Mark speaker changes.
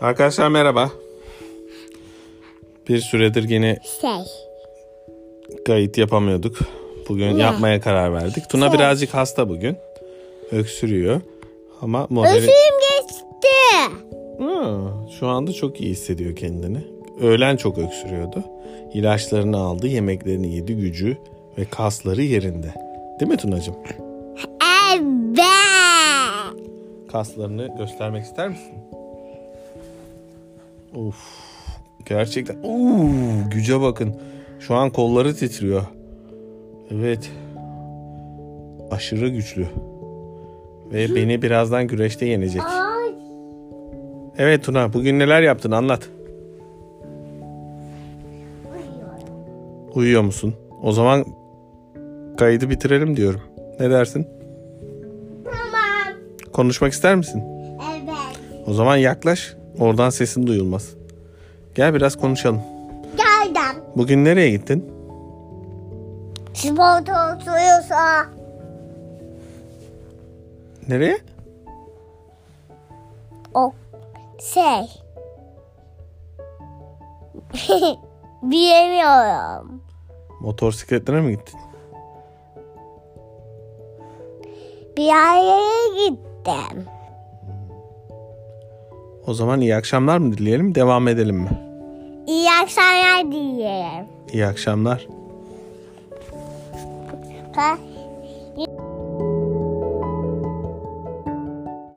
Speaker 1: Arkadaşlar merhaba. Bir süredir yine
Speaker 2: Şey.
Speaker 1: kayıt yapamıyorduk. Bugün yapmaya karar verdik. Tuna birazcık hasta bugün. Öksürüyor. Ama modeli...
Speaker 2: Öksürüğüm geçti.
Speaker 1: Ha, şu anda çok iyi hissediyor kendini. Öğlen çok öksürüyordu. İlaçlarını aldı, yemeklerini yedi, gücü ve kasları yerinde. Değil mi Tunacığım?
Speaker 2: Evet.
Speaker 1: Kaslarını göstermek ister misin? Of. Gerçekten. Uuu, güce bakın. Şu an kolları titriyor. Evet. Aşırı güçlü. Ve beni birazdan güreşte yenecek.
Speaker 2: Ay.
Speaker 1: Evet Tuna, bugün neler yaptın anlat. Uyuyor musun? O zaman kaydı bitirelim diyorum. Ne dersin?
Speaker 2: Tamam.
Speaker 1: Konuşmak ister misin?
Speaker 2: Evet.
Speaker 1: O zaman yaklaş. Oradan sesin duyulmaz. Gel biraz konuşalım.
Speaker 2: Geldim.
Speaker 1: Bugün nereye gittin?
Speaker 2: Spor oturuyorsa.
Speaker 1: Nereye?
Speaker 2: O şey. Bilemiyorum.
Speaker 1: Motosikletine mi gittin?
Speaker 2: Bir yere gittim.
Speaker 1: O zaman iyi akşamlar mı dileyelim, devam edelim mi?
Speaker 2: İyi akşamlar dilerim.
Speaker 1: İyi akşamlar.
Speaker 2: Ben